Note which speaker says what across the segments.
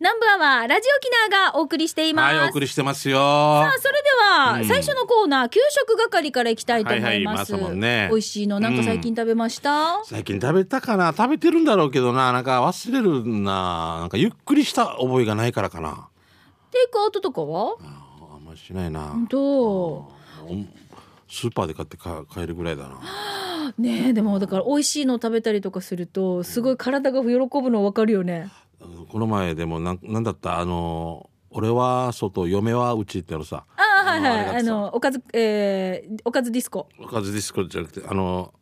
Speaker 1: 南部アワーラジオキナーがお送りしていま
Speaker 2: は
Speaker 1: す。
Speaker 2: い、お送りしてますよ
Speaker 1: さ。あそれでは、最初のコーナー給食係からいきたいと思います。
Speaker 2: はいはいまさもんね
Speaker 1: 美味しいのなんか最近食べました。
Speaker 2: 最近食べたかな食べてるんだろうけどな。なんか忘れるな。なんかゆっくりした覚えがないからかな。
Speaker 1: テイクアウトとかは？
Speaker 2: ああんまりしないな。
Speaker 1: ど
Speaker 2: スーパーで買ってか買えるぐらいだな。
Speaker 1: う？ねえでもだから美味しいの食べたりとかするとすごい体が喜ぶのわかるよね。
Speaker 2: この前でもなんなんだったあの俺は外嫁はうちってのさ。
Speaker 1: ああはいはい
Speaker 2: あ
Speaker 1: あ
Speaker 2: のあれがさ
Speaker 1: のおかずえー、おかずディスコ。
Speaker 2: おかずディスコじゃなくてあの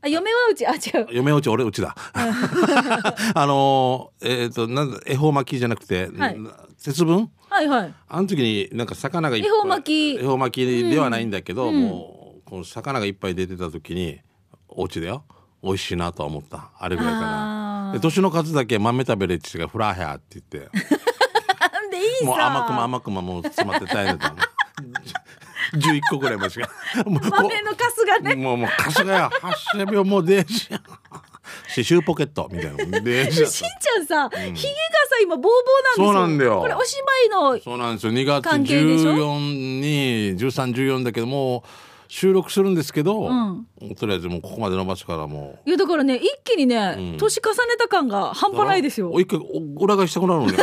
Speaker 1: あ嫁はうちあ違う。
Speaker 2: 嫁うち俺うちだ あのえっ、となんだ恵方巻きじゃなくて、
Speaker 1: はい
Speaker 2: な節分
Speaker 1: はいはい。
Speaker 2: あの時になんか魚がいっぱい
Speaker 1: 恵方巻き
Speaker 2: 恵方巻きではないんだけど、もうこの魚がいっぱい出てた時にお家だよ美味しいなとは思ったあれぐらいか
Speaker 1: あ
Speaker 2: な
Speaker 1: ー
Speaker 2: で年の数だけ豆食べれって言ってフラヘアって言って
Speaker 1: なんでいいさ。
Speaker 2: もう甘くも甘くももう詰まって大変だったの11個ぐらいましかもう
Speaker 1: 豆のカスがね。
Speaker 2: もうもうカスがよ8秒もう電子刺繍ポケットみたいな電
Speaker 1: しん
Speaker 2: 子
Speaker 1: ちゃんさ、ひげがさ今ボーボーなんですよ。
Speaker 2: そうなんだよ
Speaker 1: これお芝居の
Speaker 2: そうなんですよ。2月
Speaker 1: 関係でしょ
Speaker 2: 14に、13、14だけど、もう収録するんですけど、
Speaker 1: ん
Speaker 2: とりあえずもうここまで伸ばすからもう。
Speaker 1: いやだからね一気にね、年重ねた感が半端ないですよ
Speaker 2: お一回、お裏返したくなる のね。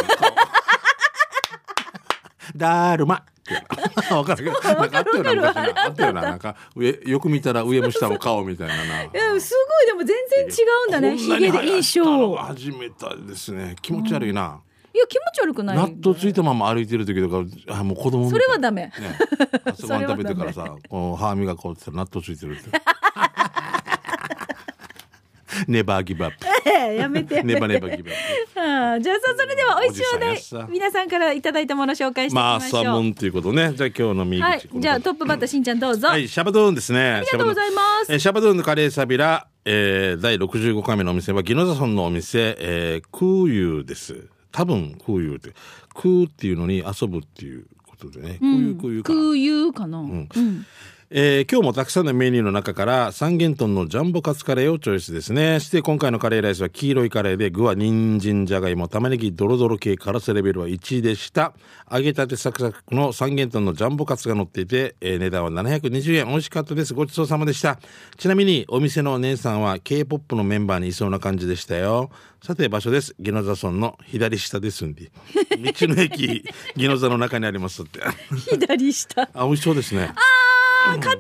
Speaker 2: だるまっていう の。わかるけど、なんかあったよな、昔な。あったよな、なんか、上、よく見たら上も下も顔みたいな な。
Speaker 1: いやすごいでも全然違うんだねひげで印象い
Speaker 2: こんなに流行ったのが初めたですね。気持ち悪いな。
Speaker 1: や気持ち悪くない
Speaker 2: 納豆ついたまま歩いてる時とか、あ、もう子供みたい
Speaker 1: それはダメ、
Speaker 2: ね、朝ごはん食べてからさ、こう歯磨こうって言ったら納豆ついてるって。 ネバーギブアッ プ。
Speaker 1: やめてやめ
Speaker 2: ネ
Speaker 1: て
Speaker 2: バネバギブアップ。
Speaker 1: はあじゃあさそれでは美味しい
Speaker 2: おじ
Speaker 1: お
Speaker 2: さんやっ
Speaker 1: 題
Speaker 2: さ
Speaker 1: 皆さんからいただいたもの紹介していき
Speaker 2: ま
Speaker 1: ま
Speaker 2: あ、
Speaker 1: しょ
Speaker 2: サ
Speaker 1: う、
Speaker 2: ーモンということね。じゃあ今日の右口。
Speaker 1: はい
Speaker 2: この方
Speaker 1: じゃあトップバッターしんちゃんどうぞ、
Speaker 2: はい、シャバドゥーンですね。あ
Speaker 1: りがとうございます
Speaker 2: えーシャバドゥーンのカレーサビラ、えー、第65回目のお店は、ギノザソンのお店、えー、クーユーです。多分、クーユーって。クーっていうのに遊ぶっていうことでね。クーユー、クーユーかな。
Speaker 1: 空輸かな、うん
Speaker 2: えー今日もたくさんのメニューの中から三元豚のジャンボカツカレーをチョイスですね。して今回のカレーライスは黄色いカレーで具は人参、じゃがいも、玉ねぎ、ドロドロ系辛さレベルは1でした。揚げたてサクサクの三元豚のジャンボカツが乗っていて、えー値段は720円。美味しかったです。ごちそうさまでした。ちなみにお店のお姉さんは K-POP のメンバーにいそうな感じでしたよ。さて場所です。ギノザ村の左下ですんで。道の駅、ギノザの中にありますって。
Speaker 1: 左下
Speaker 2: あ、美味しそうですね。
Speaker 1: あーカツがサク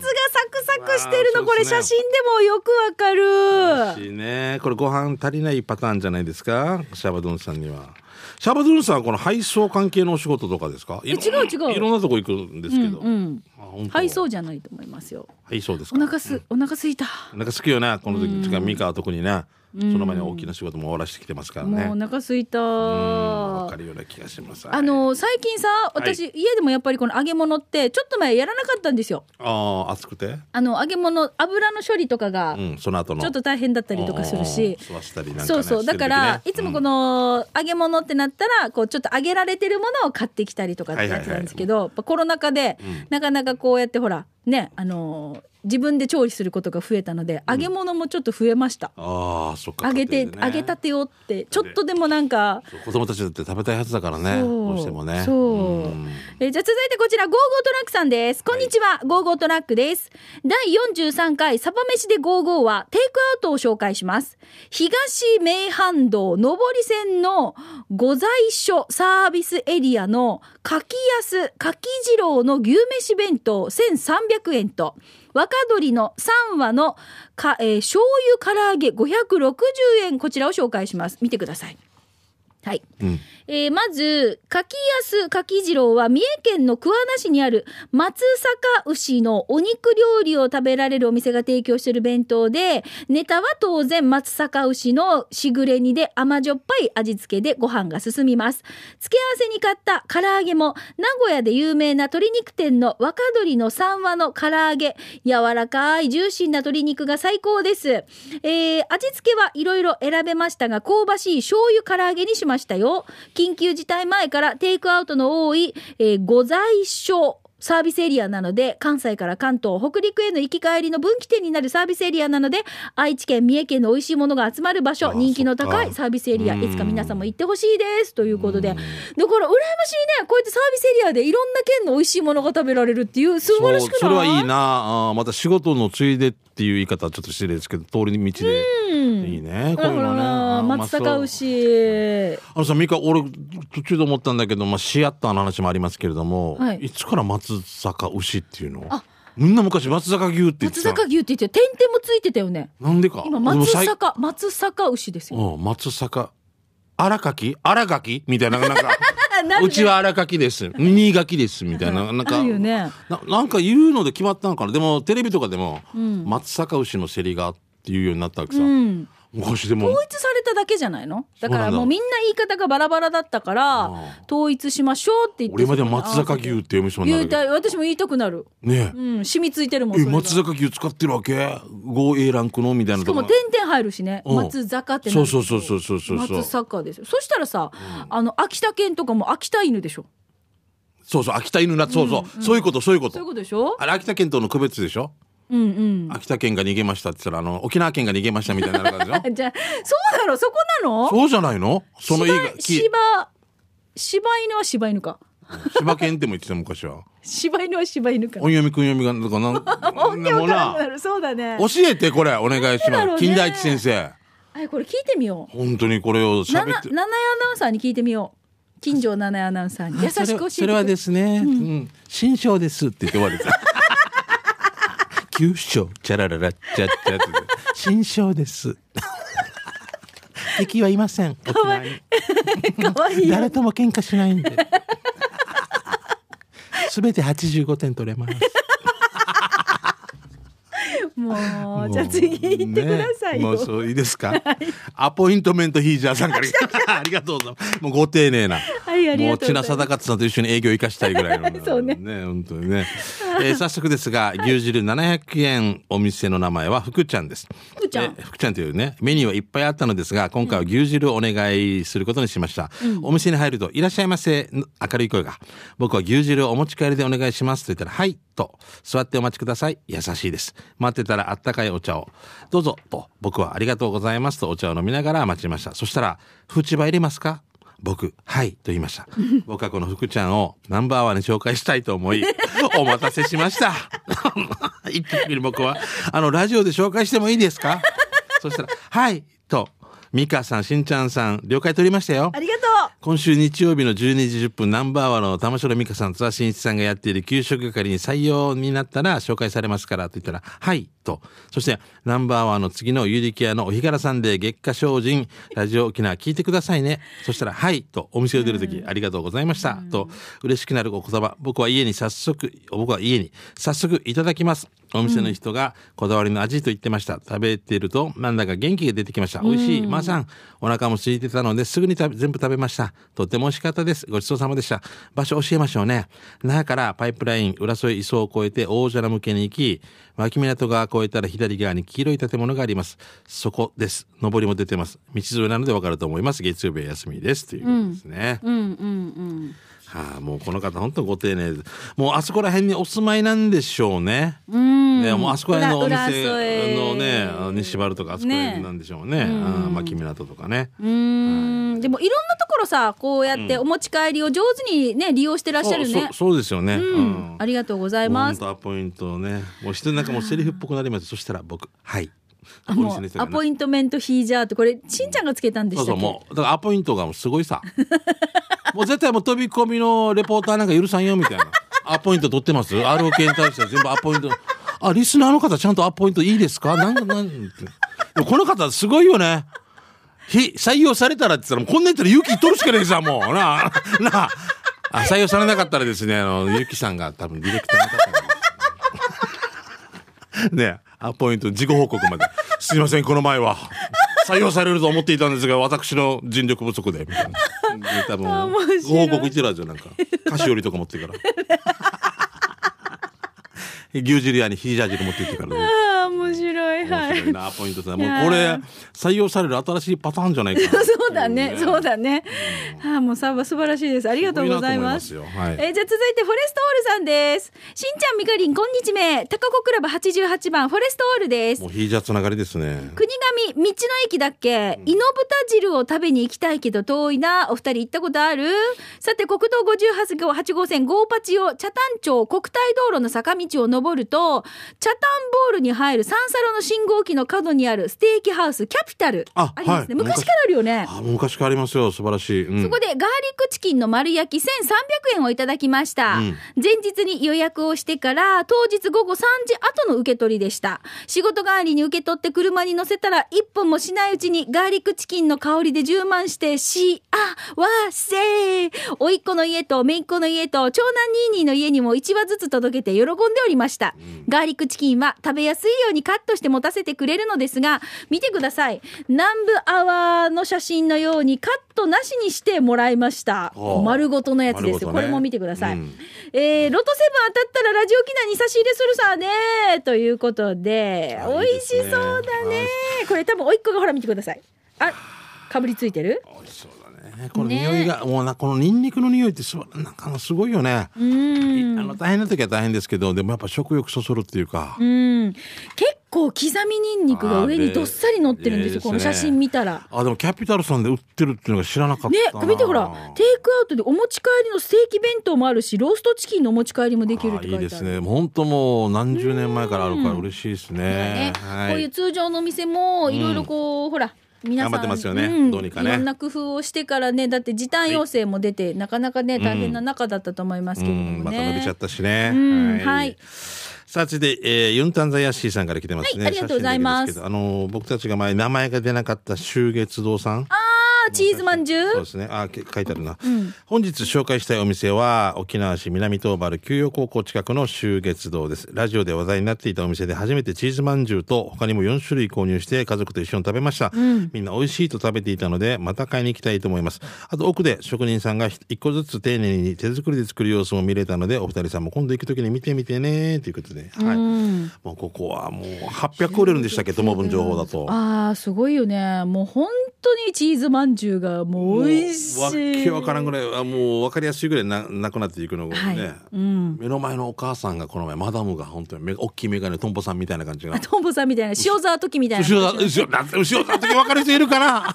Speaker 1: サクしてるの、
Speaker 2: うわー
Speaker 1: これ
Speaker 2: そ
Speaker 1: 写
Speaker 2: うです
Speaker 1: 真でもよくわかる
Speaker 2: しいね。これご飯足りないパターンじゃないですか。シャバドゥンさんには。シャバドゥンさんはこの配送関係のお仕事とかですか。いろ
Speaker 1: 違う違う
Speaker 2: いろんなとこ行くんですけど。
Speaker 1: うん
Speaker 2: あ本当
Speaker 1: 配送じゃないと思いますよ
Speaker 2: 配送です
Speaker 1: お
Speaker 2: か。
Speaker 1: 腹す、お腹すいた、
Speaker 2: なんか好きよな、この時、てか、ミカは特にな。その前に大きな仕事も終わらしてきてますから
Speaker 1: もうお
Speaker 2: ね。
Speaker 1: 腹すいた
Speaker 2: わ
Speaker 1: あ
Speaker 2: かるような気がします。
Speaker 1: の最近さ私、家でもやっぱりこの揚げ物ってちょっと前やらなかったんですよ
Speaker 2: ああ、暑くて。
Speaker 1: あの揚げ物油の処理とかが
Speaker 2: うん、その後の。
Speaker 1: ちょっと大変だったりとかする
Speaker 2: うんうんうん
Speaker 1: し、
Speaker 2: 吸わせたりなんかね。
Speaker 1: そうそう
Speaker 2: して
Speaker 1: だ
Speaker 2: る
Speaker 1: か
Speaker 2: 時ね
Speaker 1: ら、いつもこの揚げ物ってなったらこうちょっと揚げられてるものを買ってきたりとかってやってたんですけど、やっぱコロナ禍で、なかなかこうやってほらねあのー自分で調理することが増えたので揚げ物もちょっと増えました、
Speaker 2: ああ、そっか。
Speaker 1: 揚げて、
Speaker 2: 家庭でね
Speaker 1: 揚げた。てをってちょっとでもなんか
Speaker 2: そう子供たちだって食べたいはずだから
Speaker 1: そ
Speaker 2: ね。
Speaker 1: う
Speaker 2: どうしてもね。
Speaker 1: そう
Speaker 2: うん
Speaker 1: えーじゃあ続いてこちらゴーゴートラックさんですこんにちは、ゴーゴートラックです第43回サバ飯でゴーゴーはテイクアウトを紹介します東名阪道上り線の御在所サービスエリアの柿安柿次郎の牛飯弁当1300円と若鶏の3羽のか、えー醤油唐揚げ560円こちらを紹介します見てくださいはい
Speaker 2: うん。
Speaker 1: えーまず、柿安柿次郎は三重県の桑名市にある松阪牛のお肉料理を食べられるお店が提供している弁当で、ネタは当然松阪牛のしぐれ煮で甘じょっぱい味付けでご飯が進みます。付け合わせに買った唐揚げも、名古屋で有名な鶏肉店の若鶏の三和の唐揚げ、柔らかいジューシーな鶏肉が最高です。えー味付けはいろいろ選べましたが、香ばしい醤油唐揚げにしましたよ。緊急事態前からテイクアウトの多い、えー、御在所サービスエリアなので関西から関東北陸への行き帰りの分岐点になるサービスエリアなので愛知県三重県の美味しいものが集まる場
Speaker 2: あ
Speaker 1: 所
Speaker 2: あ
Speaker 1: 人気の高
Speaker 2: そっ
Speaker 1: い
Speaker 2: か
Speaker 1: サービスエリア
Speaker 2: うん
Speaker 1: いつか皆さんも行ってほしいですということでだ
Speaker 2: うん
Speaker 1: から羨ましいねこうやってサービスエリアでいろんな県の美味しいものが食べられるっていう素晴らしくない
Speaker 2: そうそれはいいなあーまた仕事のついでっていう言い方はちょっと失礼ですけど通り道で、
Speaker 1: うん
Speaker 2: いいね
Speaker 1: ほ
Speaker 2: こ
Speaker 1: ら
Speaker 2: ういう
Speaker 1: ほらほ
Speaker 2: のね
Speaker 1: ら
Speaker 2: あーまあ
Speaker 1: 松
Speaker 2: そ
Speaker 1: 阪
Speaker 2: う
Speaker 1: 牛
Speaker 2: あのさ、ミカ、俺、途中で思ったんだけど、まあ、シアターの話もありますけれども、
Speaker 1: はい
Speaker 2: い、つから松阪牛っていうの
Speaker 1: あ
Speaker 2: みんな昔松阪牛って言って
Speaker 1: 松
Speaker 2: た
Speaker 1: 阪。牛って言って点々もついてたよね
Speaker 2: なんでか。
Speaker 1: 今松
Speaker 2: でもさい
Speaker 1: 阪松阪牛ですよ
Speaker 2: うん、松阪。荒垣荒垣みたいな、なんか、
Speaker 1: あなんで
Speaker 2: うちは荒垣です。新垣です。みたいな、なんか、
Speaker 1: あるよね
Speaker 2: ななんか言うので決まったのかな。でも、テレビとかでも、
Speaker 1: うん
Speaker 2: 松阪牛の競りがっていうようになったわけ
Speaker 1: う
Speaker 2: さ。
Speaker 1: ん
Speaker 2: 昔でも
Speaker 1: 統、一されただけじゃないのだか
Speaker 2: そうな
Speaker 1: ら
Speaker 2: んだ
Speaker 1: もうみんな言い方がバラバラだったから
Speaker 2: うん
Speaker 1: 統一しましょうって言って
Speaker 2: 俺までは松阪牛って読みそうにな
Speaker 1: 言い
Speaker 2: るけど
Speaker 1: たい私も言いたくなる
Speaker 2: ねえ
Speaker 1: うん染みついてるもん
Speaker 2: え
Speaker 1: それが
Speaker 2: 松阪牛使ってるわけ 5A ランクのみたいな
Speaker 1: しか
Speaker 2: と
Speaker 1: も
Speaker 2: ころ
Speaker 1: 点々入るしね
Speaker 2: うん
Speaker 1: 松坂ってな
Speaker 2: そ
Speaker 1: ると
Speaker 2: うそうそうそうそうそう
Speaker 1: 松
Speaker 2: そう
Speaker 1: 阪ですよそしたらさあの秋田犬とかも秋田犬でしょ
Speaker 2: そうそう秋田犬なそうそう、そういうことそういうこと
Speaker 1: そういうことでしょ
Speaker 2: あれ秋田県との区別でしょ
Speaker 1: うんうん
Speaker 2: 秋田県が逃げましたって言ったらあの沖縄県が逃げましたみたいな感じ でしょ
Speaker 1: じゃあそうだろそこなの
Speaker 2: そうじゃないのそのいいがき
Speaker 1: 柴柴柴犬は柴犬か
Speaker 2: 柴犬っても言ってた昔は
Speaker 1: 柴犬は柴犬か
Speaker 2: 音読み訓読みがなんか なん
Speaker 1: わけわ
Speaker 2: もう
Speaker 1: からなくな
Speaker 2: な
Speaker 1: るそうだね
Speaker 2: 教えてこれお願いし
Speaker 1: なんでだろ
Speaker 2: ま
Speaker 1: うね
Speaker 2: す金田一先生
Speaker 1: はいこれ聞いてみよう
Speaker 2: 本当にこれを
Speaker 1: 七
Speaker 2: 喋っ
Speaker 1: 七
Speaker 2: て
Speaker 1: 井アナウンサーに聞いてみよう近所七井アナウンサーに優しく教えてくれ
Speaker 2: それはそれはですね、うん新章ですって言って終わるんですよ旧章チャラララチャッチャって新章です敵はいません沖縄に
Speaker 1: 可愛いよ
Speaker 2: 誰とも喧嘩しないんで全て85点取れます
Speaker 1: も
Speaker 2: も
Speaker 1: う
Speaker 2: う
Speaker 1: じゃあ次行ってください
Speaker 2: ねも
Speaker 1: よ、
Speaker 2: うそういいですか。アポイントメントヒージャーさんからありがとうございます。もうご丁寧な。
Speaker 1: いあり
Speaker 2: も
Speaker 1: が
Speaker 2: う
Speaker 1: とうございま
Speaker 2: 千奈
Speaker 1: す
Speaker 2: 貞勝さんと一緒に営業行かしたいぐらいの
Speaker 1: そうね
Speaker 2: 本当にね。えー早速ですが、牛汁700円お店の名前は福ちゃんです。
Speaker 1: 福ちゃん
Speaker 2: えー福ちゃんというね、メニューはいっぱいあったのですが、今回は牛汁をお願いすることにしました。お店に入ると、いらっしゃいませ、の明るい声が。僕は牛汁をお持ち帰りでお願いしますと言ったら、はい、と、座ってお待ちください。優しいです。待ってたらあったかいお茶を。どうぞ、と、僕はありがとうございますとお茶を飲みながら待ちました。そしたら、縁場入れますか僕、はい、と言いました。 僕はこの福ちゃんをナンバーワンに紹介したいと思い、 お待たせしました。 一気に僕は、あの、ラジオで紹介してもいいですかそしたら、はい、と、ミカさん、しんちゃんさん、了解取りましたよ
Speaker 1: あ。りがと
Speaker 2: 今週日曜日の12時10分、ナンバーワンの玉城美香さん、津田真一さんがやっている給食係に採用になったら紹介されますからと言ったら、はい、と。そして、ナンバーワンの次のゆりきやのお日柄さんで月下精進、ラジオ沖縄聞いてくださいね。そしたら、はい、と。お店を出るとき、ありがとうございました。と、嬉しくなるお言葉、僕は家に早速、僕は家に早速いただきます。お店の人がこだわりの味と言ってました。食べてると、なんだか元気が出てきました。美味しい。まあさん、お腹も空いてたので、すぐに食べ全部食べました。とっても美味しかったです。ごちそうさまでした。場所教えましょうね。那覇からパイプライン、浦添磯を越えて大蛇向けに行き、脇港川越えたら左側に黄色い建物があります。そこです。上りも出てます。道沿いなのでわかると思います。月曜日は休みです。ということですね。
Speaker 1: ううんうん
Speaker 2: はあ、もうこの方本当ご丁寧です。もうあそこら辺にお住まいなんでしょうね。
Speaker 1: うん
Speaker 2: ね、もうあそこら辺のお
Speaker 1: 裏
Speaker 2: 店
Speaker 1: 裏添え
Speaker 2: のね、あの西原とかあそこら辺なんでしょうね。ああまあ、君らととかね。
Speaker 1: うーんでもいろんなところさこうやってお持ち帰りを上手にね利用してらっしゃ
Speaker 2: そう
Speaker 1: る
Speaker 2: そ
Speaker 1: ね
Speaker 2: うそうですよね。う
Speaker 1: うんん。ありがとうござい
Speaker 2: ほ
Speaker 1: ま
Speaker 2: ん
Speaker 1: す
Speaker 2: とアポイントをね、もう人なんかもうセリフっぽくなります。そしたら僕、はい。
Speaker 1: あも
Speaker 2: お店の
Speaker 1: う
Speaker 2: 人が
Speaker 1: ア
Speaker 2: ね
Speaker 1: ポイントメントヒージャーってこれしんちゃんがつけたんで
Speaker 2: そ
Speaker 1: し
Speaker 2: うそ
Speaker 1: たっ
Speaker 2: う、
Speaker 1: け
Speaker 2: もう、だからアポイントがもうすごいさ。 もう絶対もう飛び込みのレポーターなんか許さんよみたいな。アポイント取ってます ?ROK に対しては全部アポイント。あ、リスナーの方ちゃんとアポイントいいですかなんか、なんって。でもこの方すごいよね。ひ、採用されたらって言ったら、もうこんなやったら勇気取るしかないさ、もう。なあ、 なあ。あ採用されなかったらですね、あの、ゆきさんが多分ディレクターの方が ねアポイント自己報告まで「すいませんこの前は採用されると思っていたんですが私の人力不足で」みたいなで多分
Speaker 1: 面
Speaker 2: ご
Speaker 1: 白い
Speaker 2: 報告言ってるはずよなんか菓子折りとか持ってるから牛汁屋にヒージャー汁持って行ってからね
Speaker 1: ああ面白いは
Speaker 2: 白いな、ポイントさん。もう
Speaker 1: いやー
Speaker 2: これ、採用される新しいパターンじゃないかな。
Speaker 1: そうだね、そう
Speaker 2: あ
Speaker 1: だね。ああ、もうサーバー素晴らしいです。あり
Speaker 2: り
Speaker 1: がとうございます。
Speaker 2: よはい。
Speaker 1: えーじゃあ続いてフォレストオールさんです。しんちゃんみかりんこんにちめ。高子クラブ88番フォレストオールです
Speaker 2: も。うヒージャーつながりですね。
Speaker 1: 国神道の駅だっけ猪豚汁を食べに行きたいけど遠いなお二人行ったことあるさて国道58号8号線ゴーパチを茶炭町国体道路の坂道を登ると茶炭ボールに入る三サロの信号機の角にあるステーキハウスキャピタル
Speaker 2: あ
Speaker 1: ありますね、
Speaker 2: はい
Speaker 1: 昔からあるよね
Speaker 2: あ、もう昔からありますよ。素晴らしい。うん
Speaker 1: そこでガーリックチキンの丸焼き1300円をいただきました、
Speaker 2: うん
Speaker 1: 前日に予約をしてから当日午後3時後の受け取りでした仕事帰りに受け取って車に乗せたら1分もしないうちにガーリックチキンの香りで充満してしあわせー甥っ子の家と姪っ子の家と長男ニーニーの家にも1羽ずつ届けて喜んでおりました、ガーリックチキンは食べやすいようにカットして持たせてくれるのですが見てください南部アワーの写真のようにカットなしにしてもらいました
Speaker 2: ああ
Speaker 1: 丸ごとのやつで
Speaker 2: 丸
Speaker 1: す
Speaker 2: ごと
Speaker 1: よ、こ
Speaker 2: ね
Speaker 1: れも見てください、
Speaker 2: うん
Speaker 1: えーロトセブン当たったらラジオ機内に差し入れするさねということで
Speaker 2: あ
Speaker 1: 美
Speaker 2: いい
Speaker 1: 味
Speaker 2: で
Speaker 1: し
Speaker 2: すね
Speaker 1: そうだねこれ多分おいっ子がほら見てくださいあかぶりついてる
Speaker 2: 美味しそうだね。この
Speaker 1: ね
Speaker 2: 匂いが、もうな、このニンニクの匂いってすば、なんかすごいよね。
Speaker 1: うーん
Speaker 2: あの、大変な時は大変ですけど、でもやっぱ食欲そそるっていうか。
Speaker 1: うん結構刻みにんにくが上にどっさり乗ってるんですよ
Speaker 2: あーでいいですね
Speaker 1: この写真見たら。
Speaker 2: あ、でもキャピタルさんで売ってるっていうのが知らなかっ
Speaker 1: ね
Speaker 2: たな。、
Speaker 1: 見てほら、テイクアウトでお持ち帰りのステーキ弁当もあるし、ローストチキンのお持ち帰りもできるって書いてある。
Speaker 2: いいですね。本当もう何十年前からあるから嬉しいです
Speaker 1: ね
Speaker 2: ね。
Speaker 1: こういう通常のお店もいろいろこう、ほら皆さん
Speaker 2: 頑張ってますよね
Speaker 1: ん
Speaker 2: どうにかね
Speaker 1: いろんな工夫をしてからねだって時短要請も出て、なかなかね大変な中だったと思いますけ
Speaker 2: う
Speaker 1: れどもね、
Speaker 2: ん、また伸びちゃったしね。
Speaker 1: うんはい
Speaker 2: さあ、続いて、えーユンタンザヤッシーさんから来てますね。
Speaker 1: はいありがとうございます
Speaker 2: 写真だけですけどあのー、僕たちが前、名前が出なかった秋月堂さん。
Speaker 1: あーチーズまんじゅ
Speaker 2: そう
Speaker 1: う
Speaker 2: ですね。あ、け書いてあるな。
Speaker 1: ん
Speaker 2: 本日紹介したいお店は、沖縄市南東原休養高校近くの秋月堂です。ラジオで話題になっていたお店で初めてチーズまんじゅうと他にも4種類購入して家族と一緒に食べました。みんな美味しいと食べていたので、また買いに行きたいと思います。あと奥で職人さんが一個ずつ丁寧に手作りで作る様子も見れたので、お二人さんも今度行く時に見てみてね、ということで。はい。もうここはもう800個売れるんでしたっけ、友分情報だと。
Speaker 1: あーすごいよねもう本当にチーズまんじゅうがもう美味しい
Speaker 2: もうわけわからんぐらいあもうわかりやすいぐらいななくなっていくのがね、
Speaker 1: はいうん
Speaker 2: 目の前のお母さんがこの前マダムが本当にめ大きい眼鏡とんぼさんみたいな感じが
Speaker 1: トンボさんみたいな塩沢時みたいな
Speaker 2: 後ろだ後ろだ後ろだって分かる人いるか な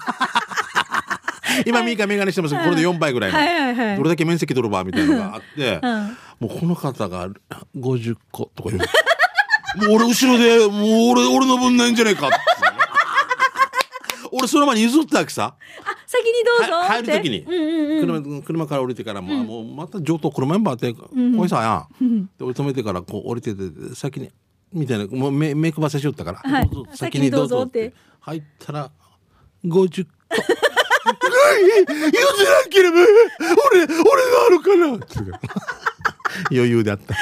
Speaker 2: 今ミーが眼鏡してますけどこれで4倍ぐらいの、
Speaker 1: はいはいはい
Speaker 2: どれだけ面積取るばみたいなのがあって、
Speaker 1: ん
Speaker 2: もうこの方が50個とか言うもう俺後ろでもう俺俺の分ないんじゃないかって 俺その前に譲ったわけさ
Speaker 1: あ先にどうぞ
Speaker 2: は入
Speaker 1: って
Speaker 2: る時に、
Speaker 1: うんうんうん
Speaker 2: 車車から降りてから、まあもうまた上等車メンバーって、こいさやん、で俺止めてからこう降りてて先にみたいなもう目目配せしよったから、
Speaker 1: はい
Speaker 2: どうぞ
Speaker 1: 先にどうぞって
Speaker 2: 入ったら50個 譲らんければ俺俺があるからっていうから 余裕であ ったし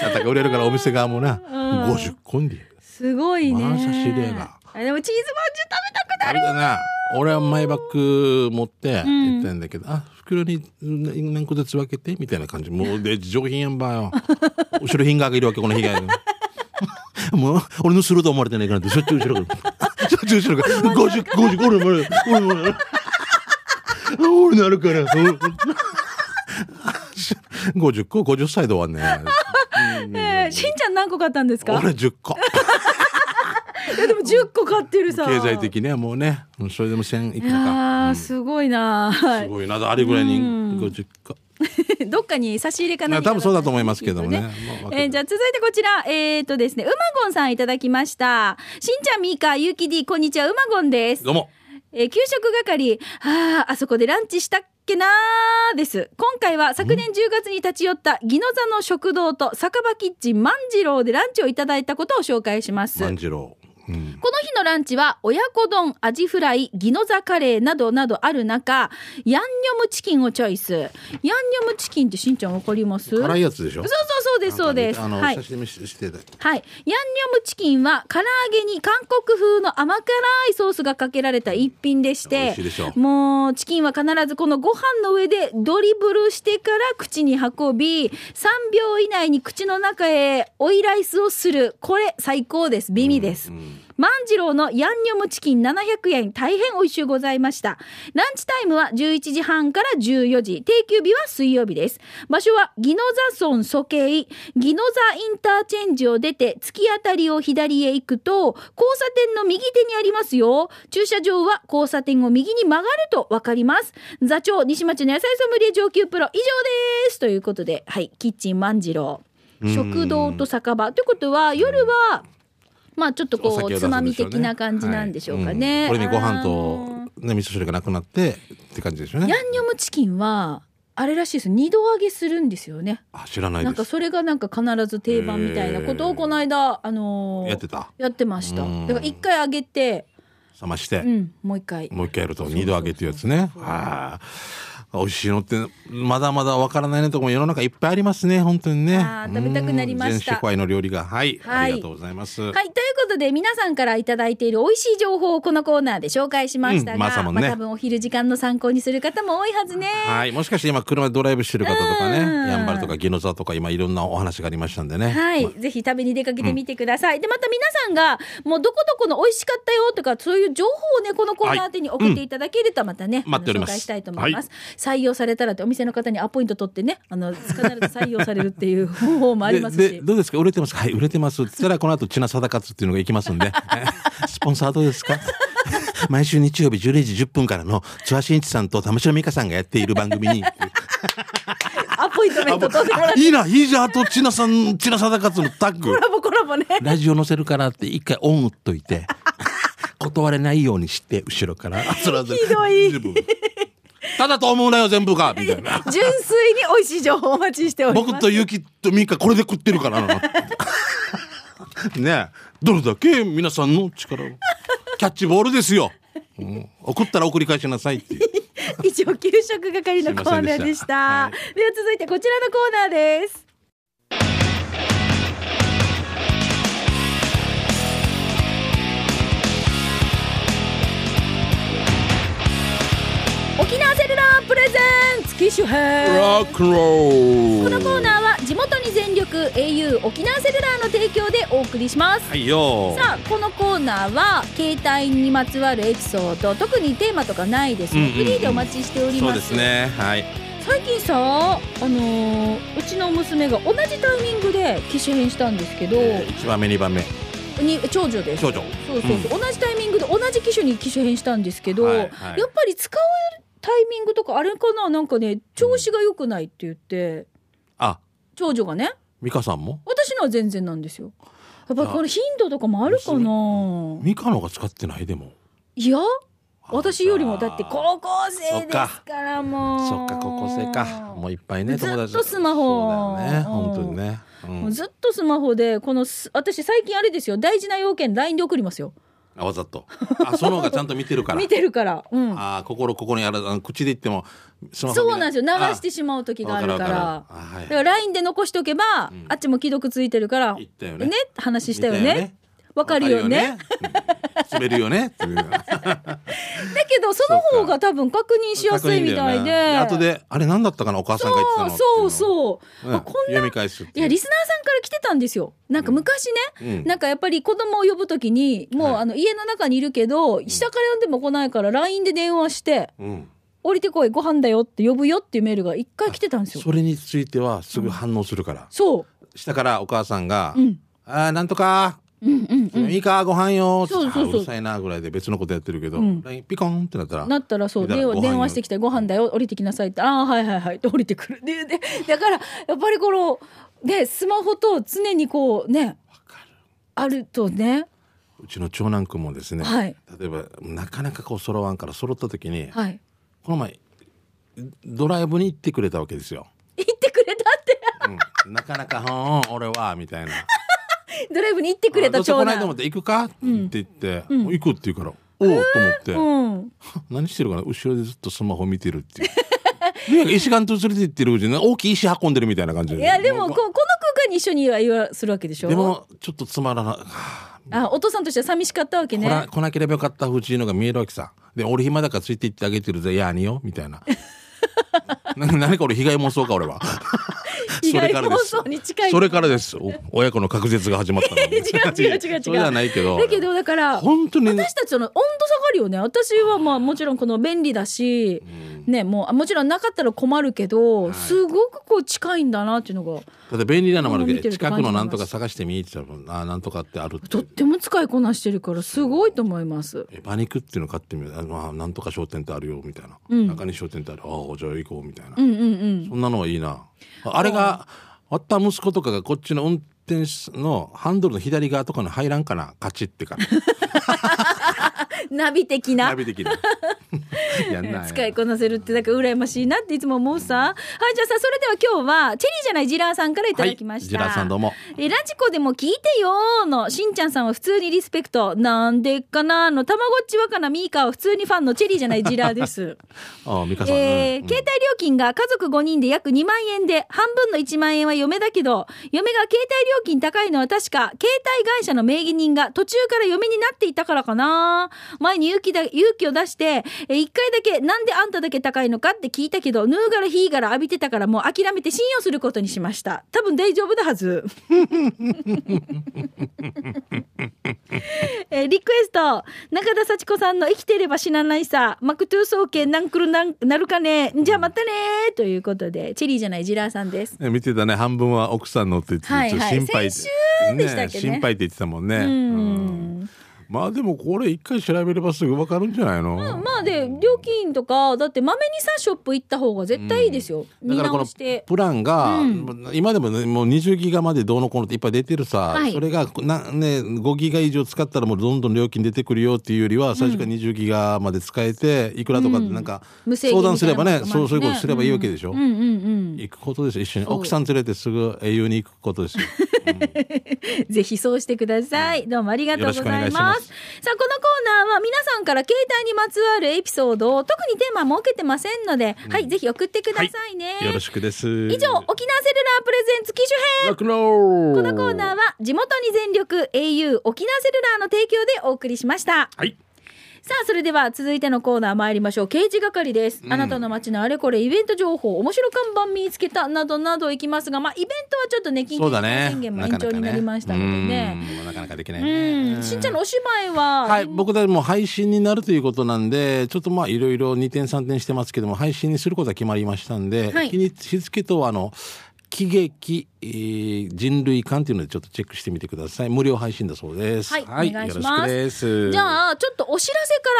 Speaker 2: たたか売れるからお店側もな、50個んで。
Speaker 1: すごいね
Speaker 2: 満車指令が
Speaker 1: あでもチーズま
Speaker 2: あれだな俺はマイバッグ持って行ったんだけど、あ袋にうん何個ずつ分けてみたいな感じもうで上品やん ばよ後ろ品がいるわけこの被害が もう俺のすると思われてないからってしょっちゅう後 ろからしょっちゅう後ろから50 50俺も俺俺も俺も俺なるから 俺も50個50歳で終わんね
Speaker 1: んじゅう食べたえーしんちゃん何個買ったんですか
Speaker 2: 俺10個
Speaker 1: いやでも10個買ってるさ
Speaker 2: 経済的にはもうねうんそれでも1000いく
Speaker 1: い
Speaker 2: のか
Speaker 1: やーすごいな、は
Speaker 2: す
Speaker 1: い
Speaker 2: ごいなあれぐらいに50個
Speaker 1: どっかに差し入れかな
Speaker 2: まあ多分そうだと思いますけどもねまあ
Speaker 1: えーじゃあ続いてこちらえっとですねうまごんさんいただきましたしんちゃんみーかゆうき D こんにちはうまごんです
Speaker 2: どうも
Speaker 1: えー給食係あーあそこでランチしたっけなーです今回は昨年10月に立ち寄った宜野座の食堂と酒場キッチン万次郎でランチをいただいたことを紹介します
Speaker 2: 万次郎、うん、
Speaker 1: この日のランチは親子丼、アジフライ、ギノザカレーなどなどある中、ヤンニョムチキンをチョイス。ヤンニョムチキンってしんちゃんわかりますそう
Speaker 2: 辛
Speaker 1: そう
Speaker 2: いやつでしょ
Speaker 1: そうです、そうです。
Speaker 2: あの、
Speaker 1: はい。
Speaker 2: 刺身ししてた
Speaker 1: はい。ヤンニョムチキンは唐揚げに韓国風の甘辛いソースがかけられた一品でし
Speaker 2: 美
Speaker 1: て
Speaker 2: 味しいでしょ、う
Speaker 1: もうチキンは必ずこのご飯の上でドリブルしてから口に運び、3秒以内に口の中へオイライスをする。これ最高です。美味です。
Speaker 2: うん
Speaker 1: 万次郎のヤンニョムチキン700円大変美味しゅうございましたランチタイムは11時半から14時定休日は水曜日です場所は宜野座村蘇慶宜野座インターチェンジを出て突き当たりを左へ行くと交差点の右手にありますよ駐車場は交差点を右に曲がるとわかります座長西町の野菜ソムリエ上級プロ以上ですということではいキッチン万次郎食堂と酒場ということは夜はまあちょっと
Speaker 2: お
Speaker 1: こ
Speaker 2: 酒
Speaker 1: う
Speaker 2: を出
Speaker 1: つ
Speaker 2: すんでしょうね
Speaker 1: まみ的な感じなんでしょうかね。
Speaker 2: はいうんこれにご飯
Speaker 1: あの
Speaker 2: と、ね、味噌汁がなくなってって感じですよね
Speaker 1: ヤンニョムチキンはあれらしいです二度揚げするんですよね。
Speaker 2: あ知らない
Speaker 1: な
Speaker 2: で
Speaker 1: ん
Speaker 2: す
Speaker 1: かそれがなんか必ず定番みたいなことをこの間あのー
Speaker 2: やってた
Speaker 1: やってました。
Speaker 2: うん
Speaker 1: だから一回揚げて、
Speaker 2: 冷まして、
Speaker 1: うんもう一回。
Speaker 2: もう一回やると
Speaker 1: そうそう
Speaker 2: 二度揚げっていうやつね
Speaker 1: そうそう
Speaker 2: ああ美味しいのってまだまだわからないねとこも世の中いっぱいありますね本当にね
Speaker 1: ああ食べたくなりました
Speaker 2: うん全種界の料理がはい、
Speaker 1: はい
Speaker 2: ありがとうございます、
Speaker 1: はいということで皆さんからいただいている美味しい情報をこのコーナーで紹介しましたが、
Speaker 2: うんまあ朝もね
Speaker 1: まあ多分お昼時間の参考にする方も多いはずね。
Speaker 2: はい。もしかして今車でドライブしてる方とかね、
Speaker 1: うん
Speaker 2: やんばるとかギノザとか今いろんなお話がありましたんでね。
Speaker 1: はい、ぜひ食べに出かけてみてください。で、また皆さんが、もうどこどこの美味しかったよとか、そういう情報をね、このコーナー宛てに送っていただけると、またね、
Speaker 2: 待っております
Speaker 1: あの紹介したいと思います、採用されたらって、お店の方にアポイント取ってね、あの、必ず採用されるっていう方法もあります
Speaker 2: でで
Speaker 1: し。
Speaker 2: どうですか売れてますかはい売れてますって言ったらこの後チナサダカツっていうのが行きますんで えスポンサーどうですか 毎週日曜日10時10分からの津波真一さんと玉城美香さんがやっている番組 に
Speaker 1: アポイントメント取ってもらって、
Speaker 2: いいないいじゃんあとチナさんチナサダカツのタッ
Speaker 1: コ
Speaker 2: グ
Speaker 1: ラボコラボね。
Speaker 2: ラジオ載せるからって一回オン打っといて 断れないようにして後ろ からひ
Speaker 1: どい
Speaker 2: ただと思うなよ全部がみたいな
Speaker 1: 純粋に美味しい情報をお待ちしております。
Speaker 2: 僕とユキとミカこれで食ってるから なねえどれだけ皆さんの力をキャッチボールですよ、うん送ったら送り返しなさいっていう
Speaker 1: 以上給食係のコーナーでした
Speaker 2: すいませんでしたは
Speaker 1: では続いてこちらのコーナーです沖縄セルラープレゼンツ機種編
Speaker 2: ロックンロー
Speaker 1: こ
Speaker 2: ル
Speaker 1: のコーナーは地元に全力 au 沖縄セルラーの提供でお送りします
Speaker 2: はいよ
Speaker 1: さあこのコーナーは携帯にまつわるエピソード特にテーマとかないです、
Speaker 2: うんうんうん
Speaker 1: フリーでお待ちしており
Speaker 2: そ
Speaker 1: ま
Speaker 2: う
Speaker 1: す
Speaker 2: ですねはい
Speaker 1: 最近さあのーうちの娘が同じタイミングで機種変したんですけど、
Speaker 2: 1番目2番目
Speaker 1: に長女です
Speaker 2: 長女
Speaker 1: そうそうそう、同じタイミングで同じ機種に機種変したんですけど、
Speaker 2: はいはい
Speaker 1: やっぱり使うタイミングとかあれかななんかね調子が良くないって言って
Speaker 2: あ
Speaker 1: 長女がね
Speaker 2: ミカさんも
Speaker 1: 私のは全然なんですよやっぱりこれ頻度とかもあるかな
Speaker 2: ミカの方が使ってないでも
Speaker 1: いや私よりもだって高校生ですからもう
Speaker 2: そっか高校生かもういっぱいね
Speaker 1: ずっと
Speaker 2: 友達
Speaker 1: スマホ
Speaker 2: そうだよね
Speaker 1: うん
Speaker 2: 本当にね、うん
Speaker 1: もうずっとスマホでこのす私最近あれですよ大事な要件 LINE で送りますよ
Speaker 2: あわざとあその方がちゃんと見てるから
Speaker 1: 見てるから、うん、
Speaker 2: あー心ここにあるあの口で言ってもスマホ見
Speaker 1: そうなんですよ流してしまう時
Speaker 2: あ
Speaker 1: があるから
Speaker 2: わかるわかるあはい
Speaker 1: だから LINE で残しておけば、
Speaker 2: ん
Speaker 1: あっちも既読ついてるから
Speaker 2: 言ったよね
Speaker 1: 話したよねわかるよね
Speaker 2: わかるよねうん滑るよねっていう
Speaker 1: だけどその方が多分確認 しやすいみたい
Speaker 2: 確認
Speaker 1: で、
Speaker 2: だよね後であれ何だったかなお母さんが言ってたの
Speaker 1: そう
Speaker 2: う
Speaker 1: そうそう、あこんな
Speaker 2: 読み返すって
Speaker 1: いうやリスナーさんから来てたんですよなんか昔ね、
Speaker 2: うん
Speaker 1: なんかやっぱり子供を呼ぶときにもう、
Speaker 2: はい
Speaker 1: あの家の中にいるけど下から呼んでも来ないから LINE で電話して
Speaker 2: うん
Speaker 1: 「降りてこいご飯だよ」って呼ぶよっていうメールが一回来てたんですよ
Speaker 2: そ。れについてはすぐ反応するから、
Speaker 1: そう
Speaker 2: 下からお母さんが「
Speaker 1: うん
Speaker 2: あーなんとか
Speaker 1: うんうんうん
Speaker 2: いいかご飯よ」
Speaker 1: そうそうそう
Speaker 2: あーうるさいなぐらいで別のことやってるけど、
Speaker 1: うん
Speaker 2: ラインピコンってなったら
Speaker 1: なったらそう
Speaker 2: だから
Speaker 1: 電
Speaker 2: ご飯
Speaker 1: 話
Speaker 2: よ
Speaker 1: 電話してきて「ご飯だよ降りてきなさい」って「ああはいはいはい」って降りてくるででだからやっぱりこのねスマホと常にこうねあるとね
Speaker 2: うちの長男君もですね、
Speaker 1: はい
Speaker 2: 例えばなかなかこう揃わんから揃った時に、
Speaker 1: はい
Speaker 2: この前ドライブに行ってくれたわけですよ、
Speaker 1: 行ってくれたって
Speaker 2: うん、なかな か「うん俺は」みたいな「
Speaker 1: ドライブに行ってくれ
Speaker 2: あ
Speaker 1: た
Speaker 2: どうせ
Speaker 1: 長
Speaker 2: 来ないと思っ
Speaker 1: 男。
Speaker 2: て行くか?」って言って「
Speaker 1: ん
Speaker 2: 行く」って言うから「おお」と
Speaker 1: う
Speaker 2: 思って
Speaker 1: ん、
Speaker 2: 「 何してるかな後ろでずっとスマホ見てる」っていう。なんか石岩と連れて行ってるうちに大きい石運んでるみたいな感じ
Speaker 1: い
Speaker 2: で
Speaker 1: やでもこ
Speaker 2: う
Speaker 1: この空間に一緒にはいわするわけでしょ
Speaker 2: でもちょっとつまらな は
Speaker 1: あお父さんとしては寂しかったわけ
Speaker 2: ぁ
Speaker 1: ね
Speaker 2: 来な来なければよかったうちのが見えるわけさで俺暇だからついて行 ってあげてるぜいやによみたいなな何か俺被害妄想か俺は
Speaker 1: 被
Speaker 2: それ
Speaker 1: 害
Speaker 2: から
Speaker 1: 放
Speaker 2: です
Speaker 1: 送に近い
Speaker 2: それからですお親子の隔絶が始まったの
Speaker 1: 違う違う違う違う
Speaker 2: それはないけど
Speaker 1: だけどだから
Speaker 2: 本当にね
Speaker 1: 私たちその温度下がるよね私はまあもちろんこの便利だし、ねもうあもちろんなかったら困るけど、すごくこう近いんだなっていうのが
Speaker 2: だって便利なのもあるけ
Speaker 1: 見て
Speaker 2: ど
Speaker 1: ると
Speaker 2: 近
Speaker 1: 感
Speaker 2: く
Speaker 1: じ
Speaker 2: のなんとか探してみって言ったらもうあなんとかってあるって
Speaker 1: とっても使いこなしてるからすごいと思います。
Speaker 2: え馬肉っていうの買ってみるあのあなんとか商店ってあるよみたいな、中西商店ってあるああじゃあ行こうみたいな、
Speaker 1: うんうんうん。
Speaker 2: そんなのはいいなああれが割った息子とかがこっちの運転手のハンドルの左側とかに入らんかなカチってから
Speaker 1: ナビ的な
Speaker 2: ナ。ビ 的なやんな
Speaker 1: 使い
Speaker 2: や
Speaker 1: こなせるってなんか羨ましいなっていつも思うさ。はい、じゃあさ、それでは今日は、チェリーじゃないジラーさんからいただきました。
Speaker 2: はいジラーさんどうも
Speaker 1: え、ラジコでも聞いてよーの、しんちゃんさんは普通にリスペクト。なんでかなーの、たまごっち若なミーカーは普通にファンのチェリーじゃないジラーです。
Speaker 2: ああ美香さん、
Speaker 1: えー
Speaker 2: うん
Speaker 1: 携帯料金が家族5人で約2万円で、半分の1万円は嫁だけど、嫁が携帯料金高いのは確か、携帯会社の名義人が途中から嫁になっていたからかな。前に勇気だ、勇気を出して、え1回だけ、なんであんただけ高いのかって聞いたけど、ヌーガラヒーガラ浴びてたからもう諦めて信用することにしました。多分大丈夫だはず。えーリクエスト中田幸子さんの「生きてれば死なないさ」「マクトゥー総研なんくるなんなるかね」「じゃあまたね」ということでチェリーじゃないジラーさんです。
Speaker 2: え見てたね半分は奥さんのって言って、
Speaker 1: はい
Speaker 2: ちょっと
Speaker 1: はい
Speaker 2: 心配
Speaker 1: 先週でしたっけね
Speaker 2: 心配って言ってたもんねうんまあでもこれ一回調べればすぐ分かるんじゃないの、
Speaker 1: まあで料金とかだってまめにさショップ行った方が絶対いいですよ。
Speaker 2: だ
Speaker 1: 見
Speaker 2: からこ
Speaker 1: 直
Speaker 2: の
Speaker 1: して。
Speaker 2: プランが、今でもねもう20ギガまでどうのこうのっていっぱい出てるさ、
Speaker 1: はい
Speaker 2: それがな、ね、5ギガ以上使ったらもうどんどん料金出てくるよっていうよりは最初から20ギガまで使えていくらとかってなんか、
Speaker 1: 無制限
Speaker 2: 相談すればね
Speaker 1: みたいな
Speaker 2: そ
Speaker 1: の
Speaker 2: う
Speaker 1: が
Speaker 2: そういうこと
Speaker 1: ね
Speaker 2: すればいいわけでしょ、
Speaker 1: うんうんうん。
Speaker 2: 行くことですよ一緒に
Speaker 1: そう
Speaker 2: 奥さん連れてすぐ英雄に行くことですよ
Speaker 1: ぜひそうしてください。どうもありがとうございます。
Speaker 2: よろしくお願いします
Speaker 1: さあ、このコーナーは皆さんから携帯にまつわるエピソードを特にテーマ設けてませんので、はい、ぜひ送ってくださいね。
Speaker 2: よろしくです
Speaker 1: 以
Speaker 2: 以
Speaker 1: 上、沖縄セルラープレゼンツ機種編
Speaker 2: ロックンロー
Speaker 1: こ
Speaker 2: ル
Speaker 1: のコーナーは地元に全力 au 沖縄セルラーの提供でお送りしました。
Speaker 2: はい
Speaker 1: さあ、それでは続いてのコーナー参りましょう。刑事係です。あなたの街のあれこれイベント情報、面白看板見つけたなどなどいきますが、まあ、イベントはちょっとね、緊
Speaker 2: そ
Speaker 1: 急
Speaker 2: う
Speaker 1: 事
Speaker 2: だね
Speaker 1: 態宣言も延長になりましたのでね。
Speaker 2: うんなかなかできない
Speaker 1: うん、しんちゃんのお芝居は、
Speaker 2: はい、僕たちも配信になるということなんで、ちょっとまあいろいろ2点3点してますけども、配信にすることは決まりましたんで、
Speaker 1: はい
Speaker 2: 気にしつけとはあの、喜劇、えー人類観っていうのでちょっとチェックしてみてください。無料配信だそうです。
Speaker 1: はいお願いします
Speaker 2: よろしくです。
Speaker 1: じゃあ、ちょっとお知ら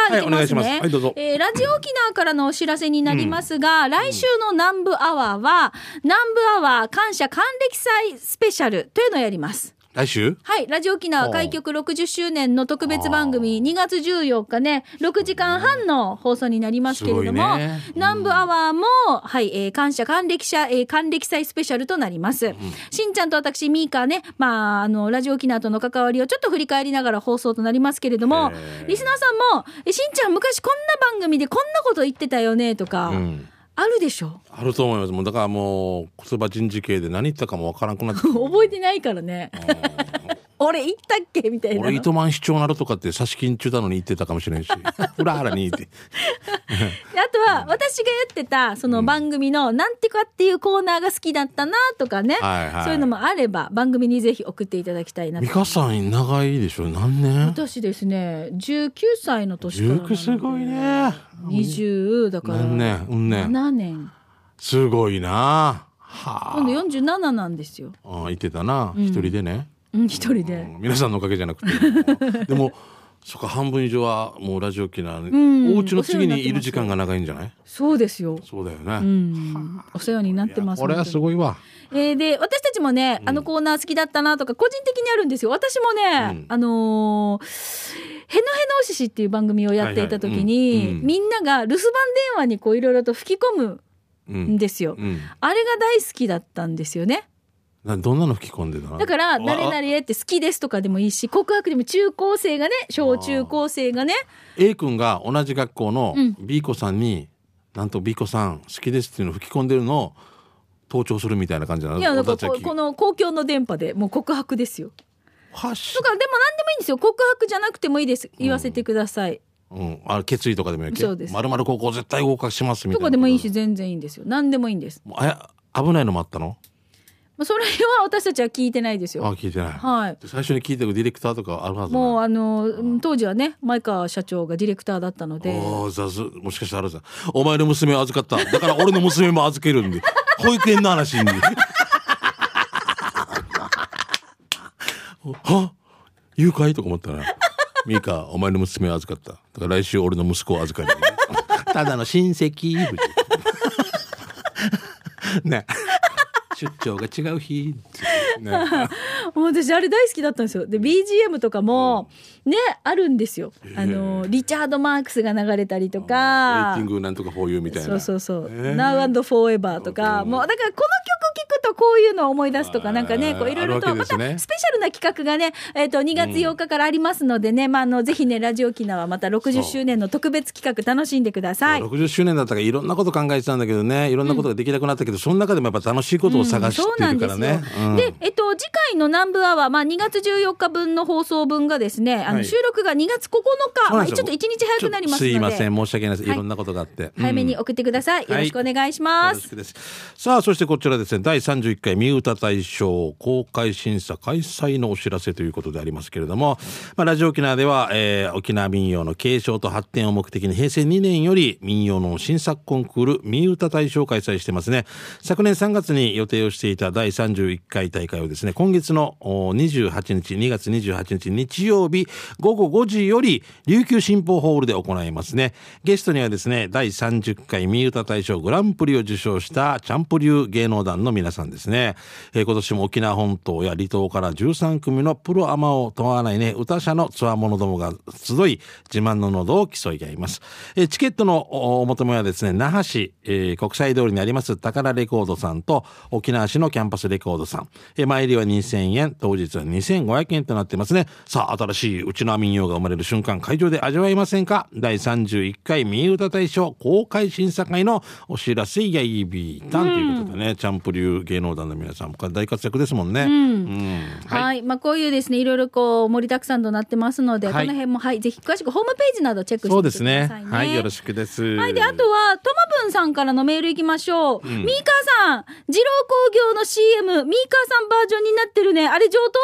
Speaker 1: せからいきますね。
Speaker 2: はいお願いしますはいどうぞ
Speaker 1: えーラジオ沖縄からのお知らせになりますが、来週の南部アワーは、南部アワー感謝還暦祭スペシャルというのをやります。
Speaker 2: 来週
Speaker 1: はい。ラジオ沖縄開局60周年の特別番組、2月14日ね、6時間半の放送になりますけれど
Speaker 2: す
Speaker 1: も、
Speaker 2: ごいね
Speaker 1: 南部アワーも、はい、えー感謝還暦者、えー還暦祭スペシャルとなります。しんちゃんと私、ミーカーね、まあ、あの、ラジオ沖縄との関わりをちょっと振り返りながら放送となりますけれども、
Speaker 2: へー
Speaker 1: リスナーさんも、えしんちゃん昔こんな番組でこんなこと言ってたよね、とか、
Speaker 2: うん。
Speaker 1: あるでしょ
Speaker 2: あると思います。もうだからもう、言葉人事系で何言ったかもわからんくなって くる。
Speaker 1: 覚えてないからね。 俺言ったっけみたいな。
Speaker 2: 俺、糸満市長なるとかって差し金中だのに言ってたかもしれ んし、裏腹にって。
Speaker 1: であとは私が言ってたその番組の「なんてか」っていうコーナーが好きだったなとかね、
Speaker 2: はいは い
Speaker 1: そういうのもあれば番組にぜひ送っていただきたいなと
Speaker 2: 美香さん長いでしょ何年
Speaker 1: 私ですね19歳の年からなの
Speaker 2: 19
Speaker 1: です
Speaker 2: ごいね。
Speaker 1: 20だから
Speaker 2: 何年うん年。
Speaker 1: 7年
Speaker 2: すごいな。
Speaker 1: 今
Speaker 2: は
Speaker 1: 度47なんですよ、
Speaker 2: あ。あ言ってたな。一人でね。
Speaker 1: うん、一人
Speaker 2: う
Speaker 1: で。
Speaker 2: ん皆さんのおかげじゃなく て。でも、そっか、半分以上はもうラジオ機な、お家の次にいる時間が長いんじゃない
Speaker 1: そうですよ、
Speaker 2: そうだよ
Speaker 1: う
Speaker 2: ね。
Speaker 1: ん、お世話になってます
Speaker 2: これはすごいわ。
Speaker 1: えーで私たちもね、あのコーナー好きだったなとか個人的にあるんですよ私もね、
Speaker 2: うん
Speaker 1: あのーへのへのおしし」っていう番組をやっていた時に、
Speaker 2: はいはいうんうん
Speaker 1: みんなが留守番電話にこういろいろと吹き込む
Speaker 2: うんん。
Speaker 1: ですよ、
Speaker 2: うん。
Speaker 1: あれが大好きだったんですよね
Speaker 2: などんなの吹き込んでたの
Speaker 1: だから「
Speaker 2: あ
Speaker 1: 誰々へ」って好きですとかでもいいし告白でも中高生がね小中高生がね
Speaker 2: A 君が同じ学校の
Speaker 1: うん
Speaker 2: B 子さんに、なんと B 子さん好きですっていうのを吹き込んでるのを盗聴するみたいな感じなの
Speaker 1: いやだから
Speaker 2: 俺たちは
Speaker 1: こ
Speaker 2: 聞い
Speaker 1: この公共の電波でもう告白ですよ
Speaker 2: はっし
Speaker 1: とかでも何でもいいんですよ告白じゃなくてもいいです言わせてください、
Speaker 2: うん、あ決意とかでもいいわけ
Speaker 1: そうです
Speaker 2: まるまる高校絶対合格しますみた
Speaker 1: と
Speaker 2: いな
Speaker 1: かでもいいし全然いいんですよ何でもいいんです
Speaker 2: もうあや危ないのもあったの
Speaker 1: まあそれは私たちは聞いてないです
Speaker 2: あ
Speaker 1: よ。
Speaker 2: 聞いてない
Speaker 1: はい。
Speaker 2: 最初に聞いたディレクターとかあるはずない
Speaker 1: もうあのうん当時はね前川社長がディレクターだったので
Speaker 2: ああ雑もしかしたらあるさお前の娘を預かっただから俺の娘も預けるん で保育園の話 には誘拐とか思ったら「ミカお前の娘を預かっただから来週俺の息子を預かる」ただの親戚 ね出張が違う日ね
Speaker 1: もう私あれ大好きだったんですよで BGM とかもねあるるんですよあのリチャード・マークスが流れたりと
Speaker 2: ウェイ
Speaker 1: か
Speaker 2: ティングなんとかフォーユーみたいな
Speaker 1: そうそうそう「
Speaker 2: へえ
Speaker 1: Now and Forever」とかもうだからこの曲聴くとこういうのを思い出すと
Speaker 2: あ
Speaker 1: か
Speaker 2: ー
Speaker 1: なんかねこういろいろ
Speaker 2: あ
Speaker 1: と
Speaker 2: るわ
Speaker 1: また
Speaker 2: けです
Speaker 1: ス
Speaker 2: ね
Speaker 1: ペシャルな企画がねえっと2月8日からありますのでねまああのぜひねラジオ沖縄また60周年の特別企画楽しんでください。
Speaker 2: 60周年だったからいろんなこと考えてたんだけどねいろんなことができなくなったけど、その中でもやっぱ楽しいことを探して
Speaker 1: そうなん
Speaker 2: る
Speaker 1: で
Speaker 2: か
Speaker 1: す
Speaker 2: らね
Speaker 1: よ。。で、えっと、次回の南部アワー、まあ、2月14日分の放送分がですね、あの
Speaker 2: はい
Speaker 1: 収録が2月9日、
Speaker 2: そう
Speaker 1: まあ、
Speaker 2: なん
Speaker 1: ちょっ
Speaker 2: ですよ
Speaker 1: と1日早くなります
Speaker 2: ちょすい
Speaker 1: の
Speaker 2: ま
Speaker 1: で、
Speaker 2: せん申し訳ないです、
Speaker 1: はい
Speaker 2: い、ろんなことがあって、
Speaker 1: 早めに送ってください。よろしくお願いし
Speaker 2: うんよ
Speaker 1: ま
Speaker 2: ろし
Speaker 1: す。
Speaker 2: くですさあそしてこちらですね第31回三歌大賞公開審査開催のお知らせということでありますけれども、まあ、ラジオ沖縄では、えー沖縄民謡の継承と発展を目的に平成2年より民謡の新作コンクール三歌大賞を開催してますね昨年3月に予定をしていた第31回大会をですね今月のお28日2月28日日曜日午後5時より琉球新報ホールで行いますねゲストにはですね第30回三歌大賞グランプリを受賞したチャンプ流芸能団の皆さんですね、えー今年も沖縄本島や離島から13組のプロアマを問わないね歌者のツアー者どもが集い自慢の喉を競い合います、えーチケットのおお求めはですね那覇市、えー国際通りにあります宝レコードさんと沖縄市のキャンパスレコードさん、えー、参りは2000円当日は2500円となってますねさあ新しいうちの民謡が生まれる瞬間会場で味わえませんか第31回民歌大賞公開審査会のお知らせやいびーたんということでね、チャンプ流芸能団の皆さんも大活躍ですもんね、うん
Speaker 1: はい、
Speaker 2: はい
Speaker 1: まあ、こういうですね、いろいろこう盛りだくさんとなってますので、
Speaker 2: はい
Speaker 1: この辺も、はい、ぜひ詳しくホームページなどチェックして
Speaker 2: そ
Speaker 1: み
Speaker 2: う
Speaker 1: て
Speaker 2: で
Speaker 1: く
Speaker 2: す
Speaker 1: だ
Speaker 2: ね
Speaker 1: さいね。
Speaker 2: はいよろしくです
Speaker 1: はい、で、あとは、トマブンさんからのメールいきましょう。ミーカーさん、二郎工業の CM、ミーカーさんバージョンになってるね。あれ上等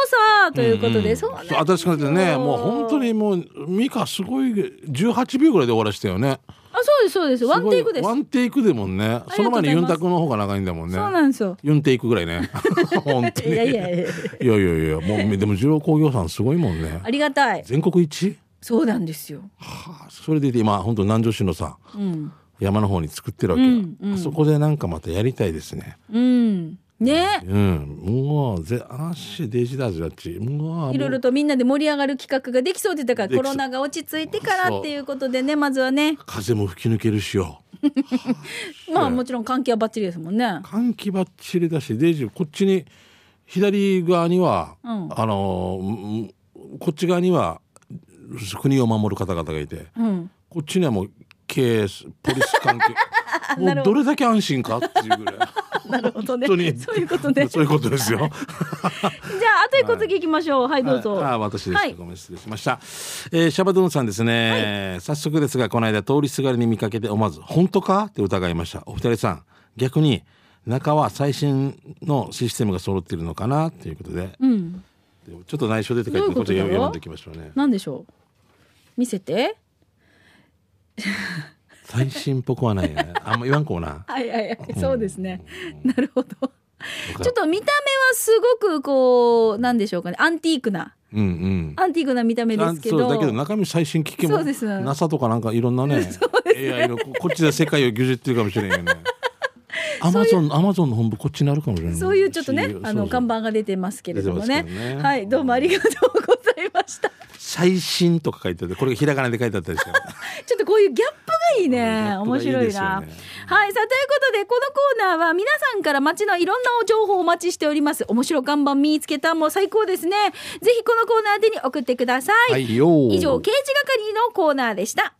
Speaker 1: さということで、そうなんです
Speaker 2: そう
Speaker 1: よ
Speaker 2: 新しくなってねもう本当。にもうミカすごい18秒ぐらいで終わらしたよね
Speaker 1: あ、そうです、そうです。ワンテイクです
Speaker 2: ごい。ワンテイクでもんね
Speaker 1: ます
Speaker 2: その前にユンタクの方が長いんだもんね
Speaker 1: そうなんですよ。
Speaker 2: ユンテイクぐら いね本当
Speaker 1: い
Speaker 2: に
Speaker 1: やいやいや、
Speaker 2: いやいやいやもうでも二郎工業さんすごいもんね
Speaker 1: ありがたい。
Speaker 2: 全国一
Speaker 1: そうなんですよ。
Speaker 2: はあそれでいて今本当南城市のさ
Speaker 1: うん。
Speaker 2: 山の方に作ってるわけよ、あそこでなんかまたやりたいですね
Speaker 1: うん。ね。
Speaker 2: うんもうぜあっしデジだぜあっちもう
Speaker 1: いろいろとみんなで盛り上がる企画ができそうでだから
Speaker 2: でき
Speaker 1: コ
Speaker 2: そう
Speaker 1: ロナが落ち着いてからっていうことでねまずはね
Speaker 2: 風も吹き抜けるしよ
Speaker 1: まあもちろん関係はバッチリですもんね。
Speaker 2: 換気ばっちりだしデイジーこっちに左側には、
Speaker 1: うん
Speaker 2: あのーうんこっち側には国を守る方々がいて
Speaker 1: うん。
Speaker 2: こっちにはもう警スポリス関係
Speaker 1: な
Speaker 2: も
Speaker 1: るほど
Speaker 2: うどれだけ安心かっていうぐらい
Speaker 1: なるほどね。
Speaker 2: 本当に
Speaker 1: そういうことね。じ
Speaker 2: そ
Speaker 1: ゃ
Speaker 2: ういうことですよ。
Speaker 1: あ後で小杉行きましょう。はいどうぞ。
Speaker 2: ああ私ですか、
Speaker 1: はい
Speaker 2: ごめん失礼しました、えーシャバドゥンさんですね、早速ですがこの間通りすがりに見かけて思わず「本当か?」って疑いましたお二人さん逆に中は最新のシステムが揃っているのかなということで
Speaker 1: うん。
Speaker 2: でもちょっと内緒でって書い
Speaker 1: どういう
Speaker 2: てるこ
Speaker 1: こととだ
Speaker 2: 読読んでいきましょうね
Speaker 1: なんでしょう見せて
Speaker 2: 最新っぽくはない よねあんま言わんこうな
Speaker 1: はいはいはいそうですね、 なるほど
Speaker 2: かる
Speaker 1: ちょっと見た目はすごくこうなんでしょうかねアンティークな
Speaker 2: うんうん
Speaker 1: アンティークな見た目ですけ
Speaker 2: あそ
Speaker 1: ど
Speaker 2: うだけど中身最新機器も
Speaker 1: そうです
Speaker 2: NASA とかなんかいろんなね AI のここっちで世界を牛耳ってるかもしれんよねアマゾンアマゾンの本部こっちになるかもしれない
Speaker 1: そういうちょっとね
Speaker 2: し
Speaker 1: あ
Speaker 2: そうそ
Speaker 1: の
Speaker 2: う
Speaker 1: 看板が出てますけれどもね
Speaker 2: 出てますけどね
Speaker 1: はいどうもありがとうございました
Speaker 2: 最新とか書いてあってこれがひらがなで書いてあったりして
Speaker 1: ちょっとこういうギャップがいいね
Speaker 2: うんギャップが
Speaker 1: 面
Speaker 2: いいですよ
Speaker 1: 白
Speaker 2: ね
Speaker 1: いなはいさあということでこのコーナーは皆さんから街のいろんなお情報をお待ちしております面白看板見つけたもう最高ですねぜひこのコーナー宛てに送ってください
Speaker 2: はいよー
Speaker 1: 以上刑事係のコーナーでした